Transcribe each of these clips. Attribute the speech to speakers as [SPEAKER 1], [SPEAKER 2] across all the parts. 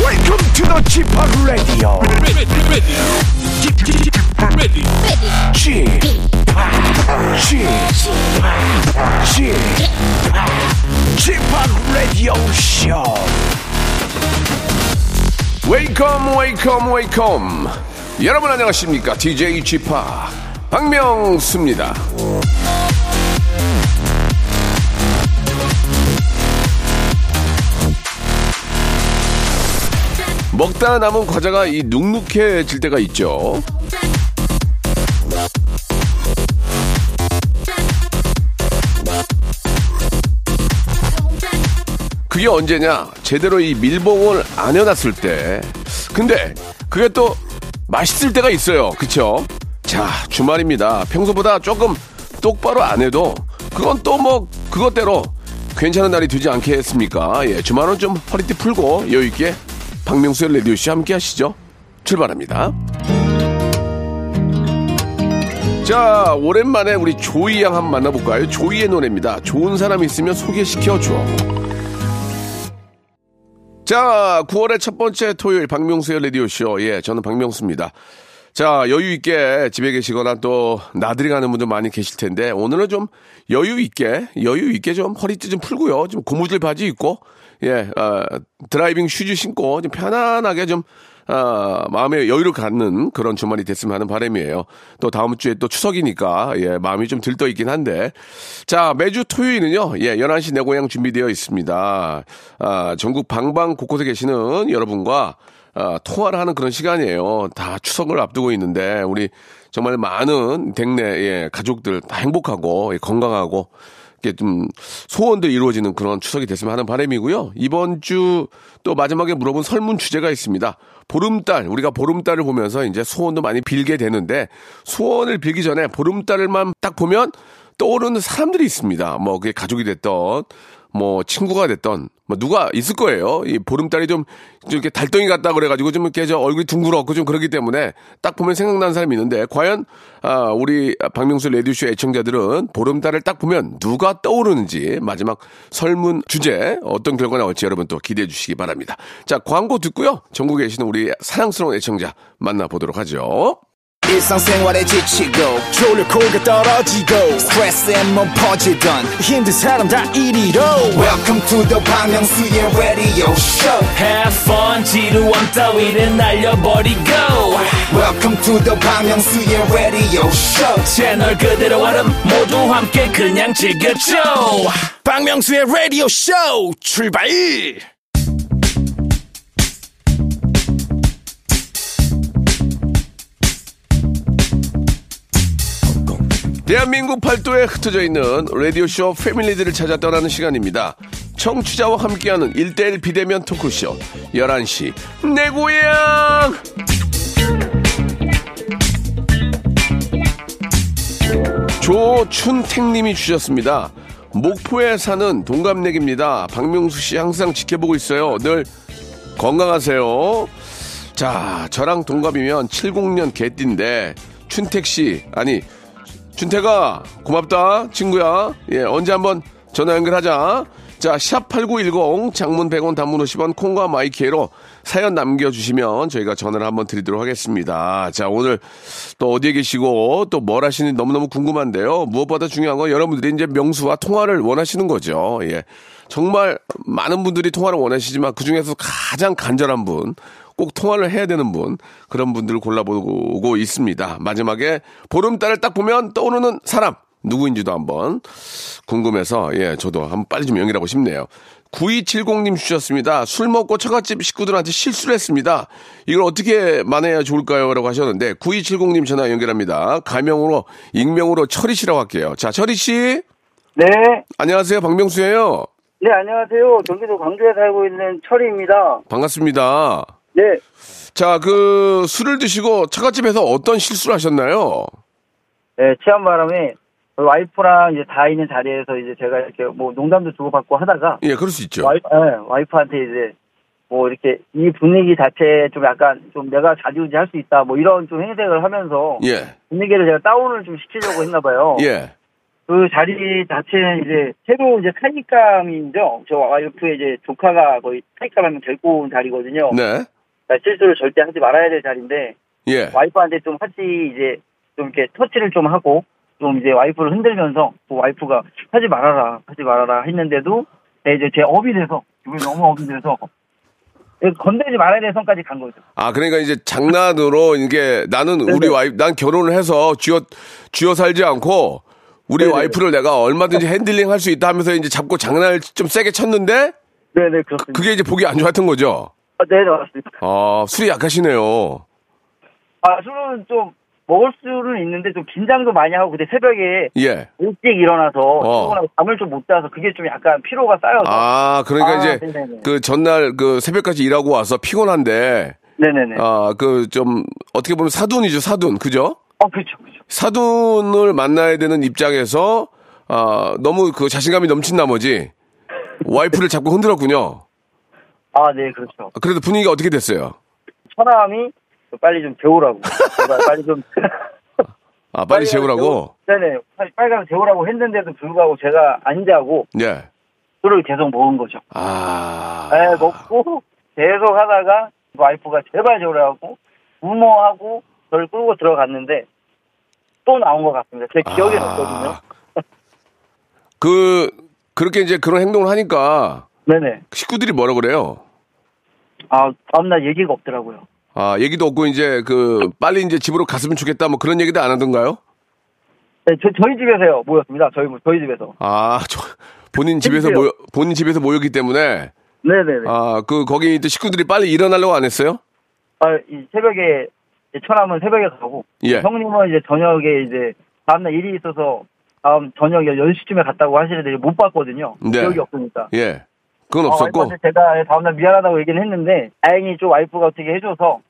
[SPEAKER 1] welcome to the Chip Radio.
[SPEAKER 2] ready, ready, ready, ready.
[SPEAKER 1] Chip, Chip, Chip, Chip Radio Show.
[SPEAKER 3] 웨이컴 웨이컴 웨이컴 여러분 안녕하십니까 DJ 지파 박명수입니다 먹다 남은 과자가 이 눅눅해질 때가 있죠 그게 언제냐? 제대로 이 밀봉을 안 해놨을 때. 근데 그게 또 맛있을 때가 있어요. 그쵸? 자, 주말입니다. 평소보다 조금 똑바로 안 해도 그건 또 뭐 그것대로 괜찮은 날이 되지 않겠습니까? 예, 주말은 좀 허리띠 풀고 여유있게 박명수의 레디오씨 함께 하시죠. 출발합니다. 자, 오랜만에 우리 조이 양 한번 만나볼까요? 조이의 노래입니다. 좋은 사람 있으면 소개시켜줘. 자, 9월의 첫 번째 토요일 박명수의 라디오쇼. 예, 저는 박명수입니다. 자, 여유 있게 집에 계시거나 또 나들이 가는 분들 많이 계실 텐데 오늘은 좀 여유 있게, 여유 있게 좀 허리띠 좀 풀고요. 좀 고무줄 바지 입고 예, 어, 드라이빙 슈즈 신고 좀 편안하게 좀 아, 마음의 여유를 갖는 그런 주말이 됐으면 하는 바람이에요. 또 다음 주에 또 추석이니까, 예, 마음이 좀 들떠 있긴 한데. 자, 매주 토요일은요, 예, 11시 내 고향 준비되어 있습니다. 아, 전국 방방 곳곳에 계시는 여러분과 아, 통화를 하는 그런 시간이에요. 다 추석을 앞두고 있는데, 우리 정말 많은 댁내, 예, 가족들 다 행복하고, 예, 건강하고, 이렇게 좀 소원들 이루어지는 그런 추석이 됐으면 하는 바람이고요. 이번 주 또 마지막에 물어본 설문 주제가 있습니다. 보름달 우리가 보름달을 보면서 이제 소원도 많이 빌게 되는데 소원을 빌기 전에 보름달만 딱 보면 떠오르는 사람들이 있습니다. 뭐 그게 가족이 됐던 뭐 친구가 됐던 뭐 누가 있을 거예요. 이 보름달이 좀, 좀 이렇게 달덩이 같다 그래가지고 좀 이렇게 저 얼굴이 둥그렇고 좀 그러기 때문에 딱 보면 생각나는 사람이 있는데 과연 아 우리 박명수 레디쇼 애청자들은 보름달을 딱 보면 누가 떠오르는지 마지막 설문 주제 어떤 결과 나올지 여러분 또 기대해 주시기 바랍니다. 자 광고 듣고요. 전국에 계시는 우리 사랑스러운 애청자 만나보도록 하죠.
[SPEAKER 4] 일상생활에 지치고, 졸려 코가 떨어지고, 스트레스에 몸 퍼지던, 힘든 사람 다 이리로. welcome to the Bang Myung-soo's radio show
[SPEAKER 5] Have fun 지루함 따위를 날려버리고
[SPEAKER 4] welcome to the Bang Myung-soo's radio show
[SPEAKER 5] 채널 그대로 얼음 모두 함께 그냥 즐겨줘
[SPEAKER 1] 박명수의 라디오 쇼 출발!
[SPEAKER 3] 대한민국 팔도에 흩어져 있는 라디오쇼 패밀리들을 찾아 떠나는 시간입니다. 청취자와 함께하는 1대1 비대면 토크쇼 11시 내 고향 조춘택님이 주셨습니다. 목포에 사는 동갑내기입니다. 박명수 씨 항상 지켜보고 있어요. 늘 건강하세요. 자, 저랑 동갑이면 70년 개띠인데 춘택 씨 아니 준태가 고맙다 친구야 예 언제 한번 전화 연결하자 자 샵 8910 장문 100원 단문 50원 콩과 마이키에로 사연 남겨주시면 저희가 전화를 한번 드리도록 하겠습니다 자 오늘 또 어디에 계시고 또 뭘 하시는지 너무너무 궁금한데요 무엇보다 중요한 건 여러분들이 이제 명수와 통화를 원하시는 거죠 예 정말 많은 분들이 통화를 원하시지만 그중에서 가장 간절한 분 꼭 통화를 해야 되는 분 그런 분들을 골라보고 있습니다. 마지막에 보름달을 딱 보면 떠오르는 사람 누구인지도 한번 궁금해서 예 저도 한번 빨리 좀 연결하고 싶네요. 9270님 주셨습니다. 술 먹고 처갓집 식구들한테 실수를 했습니다. 이걸 어떻게 만회해야 좋을까요? 라고 하셨는데 9270님 전화 연결합니다. 가명으로 익명으로 철이 씨라고 할게요. 자 철이 씨
[SPEAKER 6] 네,
[SPEAKER 3] 안녕하세요 박명수예요.
[SPEAKER 6] 네 안녕하세요. 경기도 광주에 살고 있는 철이입니다.
[SPEAKER 3] 반갑습니다.
[SPEAKER 6] 네,
[SPEAKER 3] 자, 그 술을 드시고 처갓집에서 어떤 실수를 하셨나요?
[SPEAKER 6] 네 취한 바람에 저희 와이프랑 이제 다 있는 자리에서 이제 제가 이렇게 뭐 농담도 주고받고 하다가
[SPEAKER 3] 예, 그럴 수 있죠.
[SPEAKER 6] 와이, 프한테 이제 뭐 이렇게 이 분위기 자체에 좀 약간 좀 내가 좌지우지할 수 있다 뭐 이런 좀 행색을 하면서
[SPEAKER 3] 예.
[SPEAKER 6] 어. 분위기를 제가 다운을 좀 시키려고 했나 봐요.
[SPEAKER 3] 예.
[SPEAKER 6] 그 자리 자체는 이제 새로 이제 타니감이죠. 저 와이프의 이제 조카가 거의 타니감하면 데리고 온 자리거든요.
[SPEAKER 7] 네.
[SPEAKER 6] 그러니까 실수를 절대 하지 말아야 될 자리인데
[SPEAKER 7] 예.
[SPEAKER 6] 와이프한테 좀 같이 이제 좀 이렇게 터치를 좀 하고 좀 이제 와이프를 흔들면서 또 와이프가 하지 말아라 하지 말아라 했는데도 네, 이제 제 업이 돼서 기분이 너무 업이 돼서 네, 건들지 말아야 될 선까지 간 거죠.
[SPEAKER 7] 아, 그러니까 이제 장난으로 이게 나는 우리 와이프, 난 결혼을 해서 쥐어, 쥐어 살지 않고 우리
[SPEAKER 6] 네네네.
[SPEAKER 7] 와이프를 내가 얼마든지 핸들링 할 수 있다 하면서 이제 잡고 장난을 좀 세게 쳤는데
[SPEAKER 6] 네네 그렇습니다.
[SPEAKER 7] 그게 이제 보기 안 좋았던 거죠.
[SPEAKER 6] 아, 네 맞습니다.
[SPEAKER 7] 아, 술이 약하시네요.
[SPEAKER 6] 아 술은 좀 먹을 수는 있는데 좀 긴장도 많이 하고 근데 새벽에
[SPEAKER 7] 예.
[SPEAKER 6] 일찍 일어나서
[SPEAKER 7] 어.
[SPEAKER 6] 출근하고 잠을 좀 못 자서 그게 좀 약간 피로가 쌓여서
[SPEAKER 7] 아, 그러니까
[SPEAKER 6] 아,
[SPEAKER 7] 이제
[SPEAKER 6] 네네네.
[SPEAKER 7] 그 전날 그 새벽까지 일하고 와서 피곤한데
[SPEAKER 6] 네네네. 아,
[SPEAKER 7] 아, 그 좀 어떻게 보면 사돈이죠, 사돈. 그죠?
[SPEAKER 6] 그렇죠, 그렇죠.
[SPEAKER 7] 사돈을 만나야 되는 입장에서 아, 너무 그 자신감이 넘친 나머지 와이프를 잡고 흔들었군요.
[SPEAKER 6] 아, 네, 그렇죠.
[SPEAKER 7] 그래도 분위기가 어떻게 됐어요?
[SPEAKER 6] 처남이 빨리 좀 재우라고. 제발 빨리 좀.
[SPEAKER 7] 아, 빨리 재우라고?
[SPEAKER 6] 재우- 네네. 빨리, 빨리 가서 재우라고 했는데도 불구하고 제가 안 자고
[SPEAKER 7] 예.
[SPEAKER 6] 술을 계속 먹은 거죠.
[SPEAKER 7] 아.
[SPEAKER 6] 에, 먹고 계속 하다가 와이프가 제발 재우라고 부모하고 저를 끌고 들어갔는데 또 나온 것 같습니다. 제 기억에
[SPEAKER 7] 아.
[SPEAKER 6] 없거든요.
[SPEAKER 7] 그, 그렇게 이제 그런 행동을 하니까
[SPEAKER 6] 네네.
[SPEAKER 7] 식구들이 뭐라 그래요?
[SPEAKER 6] 아, 다음날 얘기가 없더라고요.
[SPEAKER 7] 아, 얘기도 없고 이제 그 빨리 이제 집으로 갔으면 좋겠다 뭐 그런 얘기도 안 하던가요?
[SPEAKER 6] 네, 저, 저희 집에서요 모였습니다. 저희 저희 집에서.
[SPEAKER 7] 아, 저, 본인 집에서
[SPEAKER 6] 힘들어요.
[SPEAKER 7] 모여, 본인 집에서 모였기 때문에
[SPEAKER 6] 네네네. 아,
[SPEAKER 7] 아, 그 거기 있던 식구들이 빨리 일어나려고 안 했어요?
[SPEAKER 6] 아, 이 새벽에 이제 처남은 새벽에 가고
[SPEAKER 7] 예.
[SPEAKER 6] 형님은 이제 저녁에 이제 다음날 일이 있어서 다음 저녁 10시쯤에 갔다고 하시는데 못 봤거든요.
[SPEAKER 7] 네.
[SPEAKER 6] 기억이 없으니까.
[SPEAKER 7] 예. 그건
[SPEAKER 6] 어,
[SPEAKER 7] 없었고.
[SPEAKER 6] 와이프한테 제가 다음날 미안하다고 얘기는 했는데 다행히 좀 와이프가 어떻게 해줘서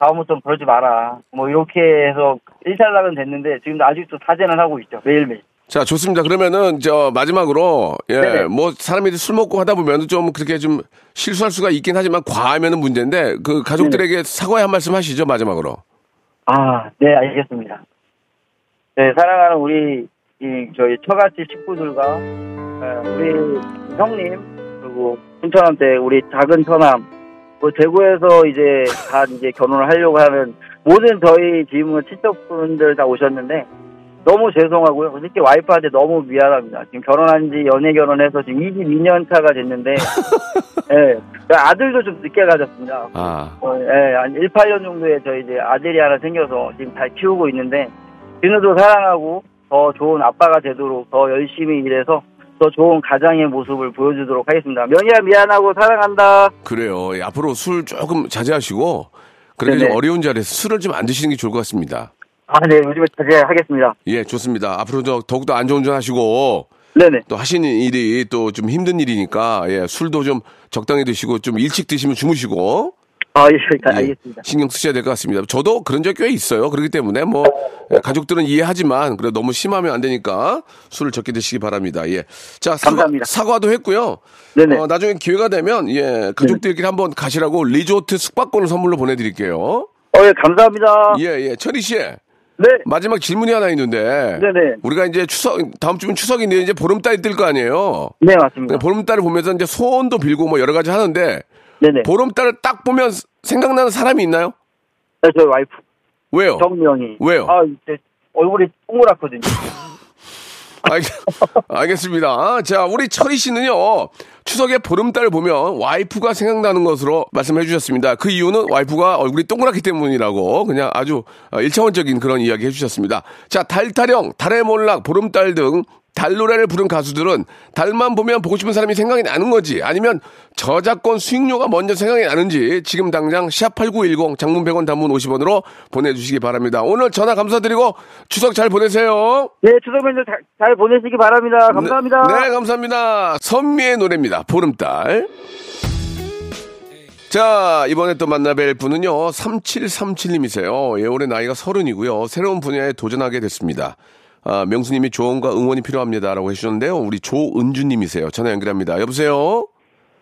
[SPEAKER 6] 다음부터는 그러지 마라. 뭐 이렇게 해서 일탈락은 됐는데 지금도 아직도 사죄는 하고 있죠. 매일매일.
[SPEAKER 7] 자, 좋습니다. 그러면은 저 마지막으로 예,
[SPEAKER 6] 네네.
[SPEAKER 7] 뭐 사람이 술 먹고 하다 보면 좀 그렇게 좀 실수할 수가 있긴 하지만 과하면은 문제인데 그 가족들에게 사과의 한 말씀 하시죠, 마지막으로.
[SPEAKER 6] 아, 네, 알겠습니다. 네, 사랑하는 우리 이 저희 처갓집 식구들과 어, 우리 형님 그리고 순천함 때 우리 작은 처남 그 대구에서 이제 다 이제 결혼을 하려고 하는 모든 저희 지금 친척분들 다 오셨는데 너무 죄송하고요. 특히 와이프한테 너무 미안합니다. 지금 결혼한 지 연애 결혼해서 지금 22년 차가 됐는데 예, 아들도 좀 늦게 가졌습니다.
[SPEAKER 7] 아.
[SPEAKER 6] 어, 예, 한 1, 8년 정도에 저희 이제 아들이 하나 생겨서 지금 잘 키우고 있는데, 진우도 사랑하고 더 좋은 아빠가 되도록 더 열심히 일해서 더 좋은 가장의 모습을 보여주도록 하겠습니다. 명희야 미안하고 사랑한다.
[SPEAKER 7] 그래요. 예, 앞으로 술 조금 자제하시고 그렇게 좀
[SPEAKER 6] 네네.
[SPEAKER 7] 어려운 자리에서 술을 좀 안 드시는 게 좋을 것 같습니다.
[SPEAKER 6] 아, 네, 요즘에 자제하겠습니다.
[SPEAKER 7] 예, 좋습니다. 앞으로 저 더욱더 안전운전 하시고
[SPEAKER 6] 네네.
[SPEAKER 7] 또 하시는 일이 또 좀 힘든 일이니까 예, 술도 좀 적당히 드시고 좀 일찍 드시면 주무시고
[SPEAKER 6] 아, 예, 다
[SPEAKER 7] 예,
[SPEAKER 6] 알겠습니다.
[SPEAKER 7] 신경 쓰셔야 될 것 같습니다. 저도 그런 적 꽤 있어요. 그렇기 때문에 뭐 가족들은 이해하지만 그래 너무 심하면 안 되니까 술을 적게 드시기 바랍니다. 예. 자, 사과,
[SPEAKER 6] 감사합니다.
[SPEAKER 7] 사과도 했고요.
[SPEAKER 6] 네네.
[SPEAKER 7] 어, 나중에 기회가 되면 예, 가족들끼리 한번 가시라고 리조트 숙박권을 선물로 보내 드릴게요.
[SPEAKER 6] 어, 예, 감사합니다.
[SPEAKER 7] 예, 예. 철희 씨.
[SPEAKER 6] 네.
[SPEAKER 7] 마지막 질문이 하나 있는데
[SPEAKER 6] 네네.
[SPEAKER 7] 우리가 이제 추석 다음 주면 추석인데 이제 보름달이 뜰 거 아니에요.
[SPEAKER 6] 네, 맞습니다.
[SPEAKER 7] 그냥 그러니까 보름달을 보면서 이제 소원도 빌고 뭐 여러 가지 하는데
[SPEAKER 6] 네네.
[SPEAKER 7] 보름달을 딱 보면 생각나는 사람이 있나요?
[SPEAKER 6] 네, 저희 와이프,
[SPEAKER 7] 왜요?
[SPEAKER 6] 정명이.
[SPEAKER 7] 어. 왜요?
[SPEAKER 6] 아, 이제 얼굴이 동그랗거든요.
[SPEAKER 7] 알, 알겠습니다. 자, 우리 철희 씨는요, 추석에 보름달 보면 와이프가 생각나는 것으로 말씀해 주셨습니다. 그 이유는 와이프가 얼굴이 동그랗기 때문이라고 그냥 아주 어, 일차원적인 그런 이야기 해 주셨습니다. 자, 달타령, 달의 몰락, 보름달 등 달노래를 부른 가수들은 달만 보면 보고 싶은 사람이 생각이 나는 거지 아니면 저작권 수익료가 먼저 생각이 나는지 지금 당장 샵8910 장문 100원 단문 50원으로 보내주시기 바랍니다. 오늘 전화 감사드리고 추석 잘 보내세요.
[SPEAKER 6] 네, 추석 연휴 잘, 잘 보내시기 바랍니다. 감사합니다.
[SPEAKER 7] 네, 네, 감사합니다. 선미의 노래입니다. 보름달. 자, 이번에 또 만나뵐 분은요, 3737님이세요. 예, 올해 나이가 서른이고요. 새로운 분야에 도전하게 됐습니다. 아, 명수님이 조언과 응원이 필요합니다. 라고 해주셨는데요. 우리 조은주님이세요. 전화 연결합니다. 여보세요?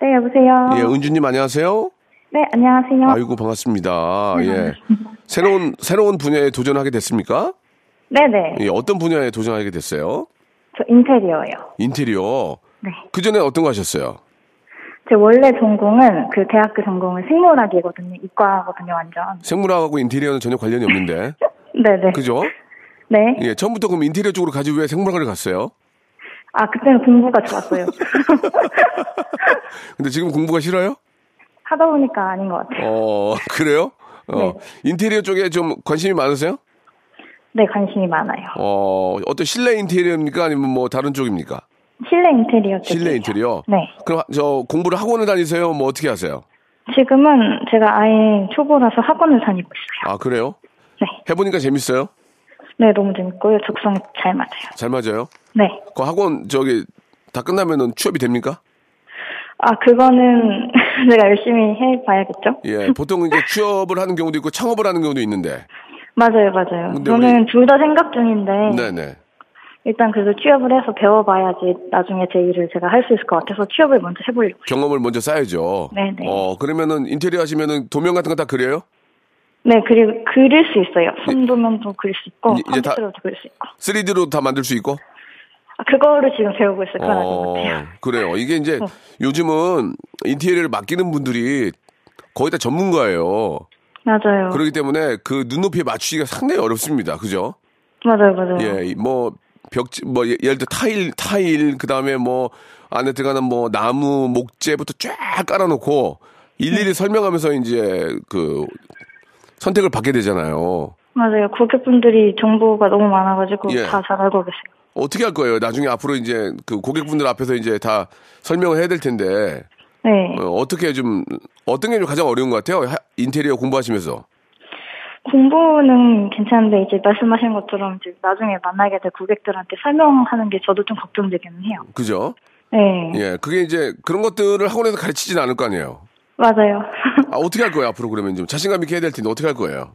[SPEAKER 8] 네, 여보세요.
[SPEAKER 7] 예, 은주님 안녕하세요?
[SPEAKER 8] 네, 안녕하세요.
[SPEAKER 7] 아이고, 반갑습니다. 예. 새로운, 새로운 분야에 도전하게 됐습니까?
[SPEAKER 8] 네네.
[SPEAKER 7] 예, 어떤 분야에 도전하게 됐어요?
[SPEAKER 8] 저 인테리어예요.
[SPEAKER 7] 인테리어.
[SPEAKER 8] 네.
[SPEAKER 7] 그 전에 어떤 거 하셨어요?
[SPEAKER 8] 제 원래 전공은 그 대학교 전공은 생물학이거든요. 이과거든요, 완전.
[SPEAKER 7] 생물학하고 인테리어는 전혀 관련이 없는데.
[SPEAKER 8] 네네.
[SPEAKER 7] 그죠?
[SPEAKER 8] 네.
[SPEAKER 7] 예, 처음부터 그럼 인테리어 쪽으로 가지 왜 생물학을 갔어요?
[SPEAKER 8] 아, 그때는 공부가 좋았어요.
[SPEAKER 7] 근데 지금 공부가 싫어요?
[SPEAKER 8] 하다 보니까 아닌 것 같아요.
[SPEAKER 7] 어, 그래요? 어,
[SPEAKER 8] 네.
[SPEAKER 7] 인테리어 쪽에 좀 관심이 많으세요?
[SPEAKER 8] 네, 관심이 많아요.
[SPEAKER 7] 어, 어떤 실내 인테리어입니까? 아니면 뭐 다른 쪽입니까?
[SPEAKER 8] 실내 인테리어 쪽이요.
[SPEAKER 7] 실내 인테리어?
[SPEAKER 8] 네.
[SPEAKER 7] 그럼 저 공부를 학원을 다니세요? 뭐 어떻게 하세요?
[SPEAKER 8] 지금은 제가 아예 초보라서 학원을 다니고 있어요.
[SPEAKER 7] 아, 그래요?
[SPEAKER 8] 네.
[SPEAKER 7] 해보니까 재밌어요?
[SPEAKER 8] 네, 너무 재밌고요. 적성 잘 맞아요.
[SPEAKER 7] 잘 맞아요?
[SPEAKER 8] 네.
[SPEAKER 7] 그 학원 저기 다 끝나면은 취업이 됩니까?
[SPEAKER 8] 아, 그거는 제가 열심히 해봐야겠죠?
[SPEAKER 7] 예, 보통 이제 취업을 하는 경우도 있고 창업을 하는 경우도 있는데.
[SPEAKER 8] 맞아요, 맞아요.
[SPEAKER 7] 근데
[SPEAKER 8] 저는 둘 다 생각 중인데,
[SPEAKER 7] 네, 네.
[SPEAKER 8] 일단 그래도 취업을 해서 배워봐야지 나중에 제 일을 제가 할 수 있을 것 같아서 취업을 먼저 해보려고.
[SPEAKER 7] 경험을 먼저 쌓아야죠.
[SPEAKER 8] 네, 네.
[SPEAKER 7] 어, 그러면은 인테리어 하시면은 도면 같은 거 다 그려요?
[SPEAKER 8] 네, 그리고 그릴 수 있어요. 손도면도 그릴 수 있고,
[SPEAKER 7] 예. 이제- 이제 다-
[SPEAKER 8] 컴퓨터로도 그릴 수 있고.
[SPEAKER 7] 3D로 다 만들 수 있고?
[SPEAKER 8] 아, 그거를 지금 배우고 있을 거라는
[SPEAKER 7] 어.
[SPEAKER 8] 것 같아요. 네.
[SPEAKER 7] 그래요. 이게 이제 요즘은 인테리어를 맡기는 분들이 거의 다 전문가예요.
[SPEAKER 8] 맞아요.
[SPEAKER 7] 그렇기 때문에 그 눈높이에 맞추기가 상당히 어렵습니다. 그죠?
[SPEAKER 8] 맞아요, 맞아요.
[SPEAKER 7] 예, 이 뭐 벽지 뭐 예- 예를 들어 타일 타일 그다음에 뭐 안에 들어가는 뭐 나무 목재부터 쫙 깔아놓고
[SPEAKER 8] 네.
[SPEAKER 7] 일일이 설명하면서 이제 그 선택을 받게 되잖아요.
[SPEAKER 8] 맞아요. 고객분들이 정보가 너무 많아가지고
[SPEAKER 7] 예.
[SPEAKER 8] 다 잘 알고 계세요.
[SPEAKER 7] 어떻게 할 거예요? 나중에 앞으로 이제 그 고객분들 앞에서 이제 다 설명을 해야 될 텐데
[SPEAKER 8] 네.
[SPEAKER 7] 어, 어떻게 좀 어떤 게 좀 가장 어려운 것 같아요? 하- 인테리어 공부하시면서
[SPEAKER 8] 공부는 괜찮은데 이제 말씀하신 것처럼 이제 나중에 만나게 될 고객들한테 설명하는 게 저도 좀 걱정되기는 해요.
[SPEAKER 7] 그죠?
[SPEAKER 8] 네.
[SPEAKER 7] 예, 그게 이제 그런 것들을 학원에서 가르치진 않을 거 아니에요.
[SPEAKER 8] 맞아요.
[SPEAKER 7] 아 어떻게 할 거예요? 앞으로 그러면 좀 자신감 있게 해야 될 텐데 어떻게 할 거예요?